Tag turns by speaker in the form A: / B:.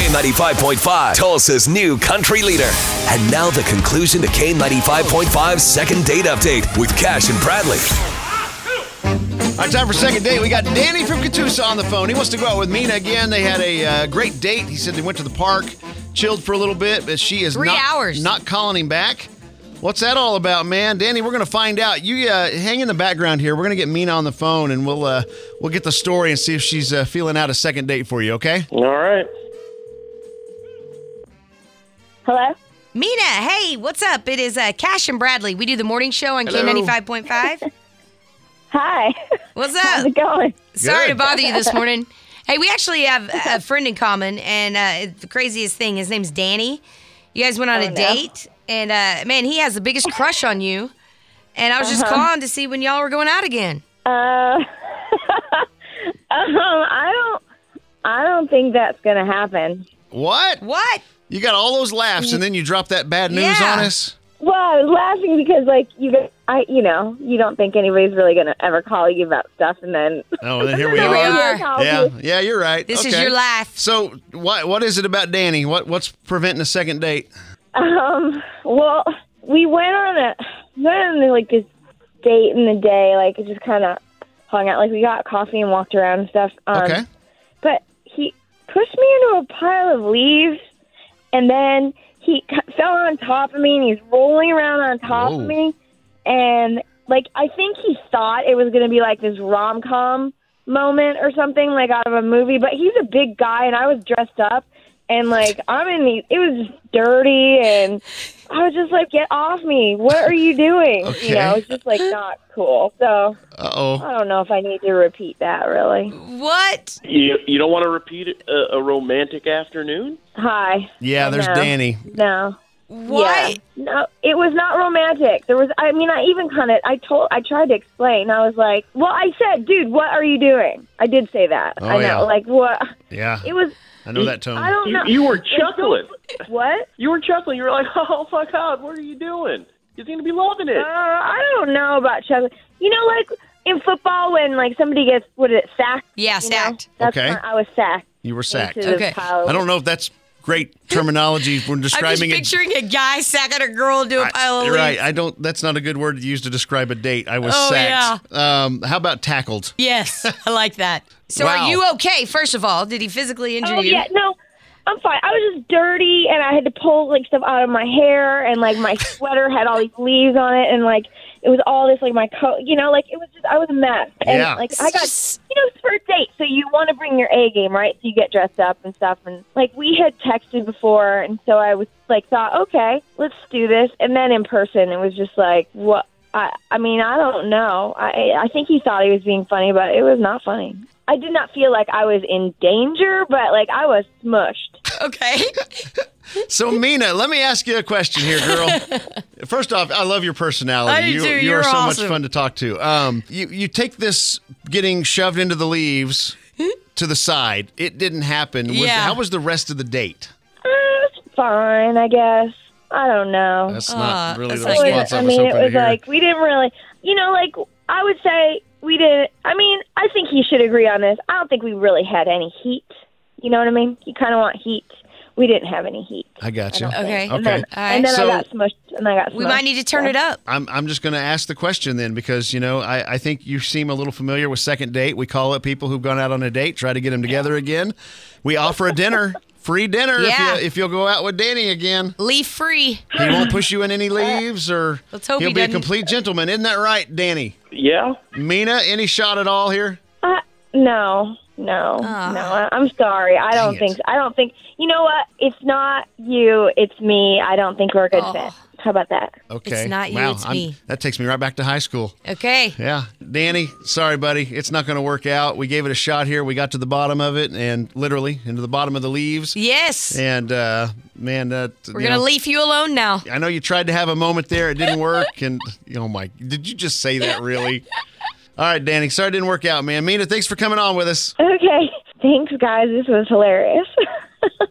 A: K95.5, Tulsa's new country leader. And now the conclusion to K95.5's second date update with Cash and Bradley.
B: All right, time for second date. We got Danny from Catoosa on the phone. He wants to go out with Mina again. They had a uh, great date. He said they went to the park, chilled for a little bit, but she is
C: Three
B: not,
C: hours.
B: not calling him back. What's that all about, man? Danny, we're going to find out. You uh, hang in the background here. We're going to get Mina on the phone, and we'll uh, we'll get the story and see if she's uh, feeling out a second date for you. Okay?
D: All right.
E: Hello?
C: Mina, hey, what's up? It is uh, Cash and Bradley. We do the morning show on
B: Hello.
C: K95.5.
E: Hi.
C: What's
E: How's
C: up?
E: it going?
C: Sorry to
B: Good.
C: bother you this morning. Hey, we actually have a friend in common, and uh, the craziest thing, his name's Danny. You guys
B: Oh,
C: went on a
E: no.
C: date, and uh, man, he has the biggest crush on you. And I was
B: Uh-huh.
C: just calling to see when y'all were going out again.
E: Uh, um, I don't I don't think that's gonna happen.
B: What?
C: What?
B: You got all those laughs, and then you drop that bad news
C: Yeah.
B: on us.
E: Well, I was laughing because like you guys, I you know, you don't think anybody's really gonna ever call you about stuff and then
B: Oh, then here we
C: Here we
B: are.
C: are.
B: Yeah, yeah, you're right.
C: This is
B: Okay.
C: your life.
B: So, what what is it about Danny? What what's preventing a second date?
E: Um, well, we went on a went on like this date in the day, like it just kind of hung out. Like we got coffee and walked around and stuff.
C: Uh,
E: Um,
B: Okay.
E: But he pushed me into a pile of leaves, and then he c- fell on top of me, and he's rolling around on top
B: Whoa.
E: of me, and like I think he thought it was gonna be like this rom com moment or something like out of a movie. But he's a big guy, and I was dressed up, and like I'm in the. It was just dirty, and I was just like, "Get off me! What are you doing?"
B: Okay.
E: You know, it's just like not cool. So
B: Uh oh.
E: I don't know if I need to repeat that really.
C: What?
D: You you don't want to repeat uh, a, a romantic afternoon?
E: Hi.
B: Yeah, there's
E: No.
B: Danny.
E: No.
C: What?
E: Yeah. No, it was not romantic. There was, I mean, I even kind of, I told, I tried to explain. I was like, well, I said, dude, what are you doing? I did say that.
B: Oh,
E: I know,
B: yeah. Oh.
E: like, what?
B: Yeah,
E: It was,
B: I know that tone.
E: I don't
D: You,
E: know.
D: you were chuckling.
E: What?
D: You were chuckling. You were like, "Oh my God, what are you doing? You're gonna be loving it."
E: Uh, I don't know about chuckling. You know, like in football when like somebody gets, what is it, sacked?
C: Yeah,
E: you know?
C: sacked.
E: That's
B: Okay.
E: when I was sacked.
B: you were sacked.
E: into the
C: Okay.
E: pile.
B: I don't know if that's great terminology when
C: I'm just
B: describing it.
C: picturing a guy sacking a girl into a pile of
B: You're
C: leaves.
B: right. I don't. That's not a good word to use to describe a date. I was
C: Oh,
B: sacked. Yeah. Um, how about tackled?
C: Yes, I like that. So
B: Wow.
C: are you okay? First of all, did he physically injure
E: Oh
C: you?
E: yeah, no, I'm fine. I was just dirty, and I had to pull like stuff out of my hair, and like my sweater had all these leaves on it, and like it was all this like my coat. You know, like it was just I was a mess, and
B: Yeah.
E: like I got
C: Just-
E: you know it's for a date, so you want to bring your A game, right? So you get dressed up and stuff, and like we had texted before, and so I was like thought, okay, let's do this, and then in person, it was just like what. I, I mean, I don't know. I, I think he thought he was being funny, but it was not funny. I did not feel like I was in danger, but like I was smushed.
C: Okay.
B: So Mina, let me ask you a question here, girl. First off, I love your personality.
C: I do
B: you
C: too.
B: you
C: You're
B: are so
C: awesome.
B: much fun to talk to. Um, you you take this getting shoved into the leaves to the side. It didn't happen. Was-
C: Yeah.
B: how was the rest of the date?
E: Uh, it's fine, I guess. I don't know.
B: That's not
C: Uh,
B: really the
C: that's not good.
B: response
E: I
B: I was
E: mean, it
B: hoping to
E: was
B: hear.
E: like we didn't really, you know, like I would say we didn't. I mean, I think he should agree on this. I don't think we really had any heat. You know what I mean? You kind of want heat. We didn't have any heat.
B: I got you.
E: don't
C: Okay.
E: think.
B: Okay.
E: And then,
C: All right.
E: and then
B: So-
E: I got smushed, and I got. Smushed,
C: We might need to turn
E: so.
C: it up.
B: I'm, I'm just going to ask the question then because, you know, I, I think you seem a little familiar with second date. We call up people who've gone out on a date, try to get them together again. We offer a dinner, free dinner,
C: Yeah.
B: if, you, if you'll go out with Danny again.
C: Leaf free.
B: He won't push you in any leaves or
C: Let's hope
B: he'll
C: he
B: be a
C: doesn't.
B: complete gentleman. Isn't that right, Danny?
D: Yeah.
B: Mina, any shot at all here?
E: Uh, no, no, no. I, I'm sorry. I don't
B: it.
E: think. I don't think. You know what? It's not you. It's me. I don't think we're a good fit. How about that?
B: Okay.
C: not you,
B: wow,
C: it's
B: I'm-
C: me.
B: That takes me right back to high school.
C: Okay.
B: Yeah. Danny, sorry, buddy. It's not going to work out. We gave it a shot here. We got to the bottom of it and literally into the bottom of the leaves.
C: Yes.
B: And uh, man, that
C: We're
B: you
C: gonna
B: know,
C: leave you alone now.
B: I know you tried to have a moment there, it didn't work, and oh my, did you just say that really? All right, Danny. Sorry it didn't work out, man. Mina, thanks for coming on with us.
E: Okay. Thanks, guys. This was hilarious.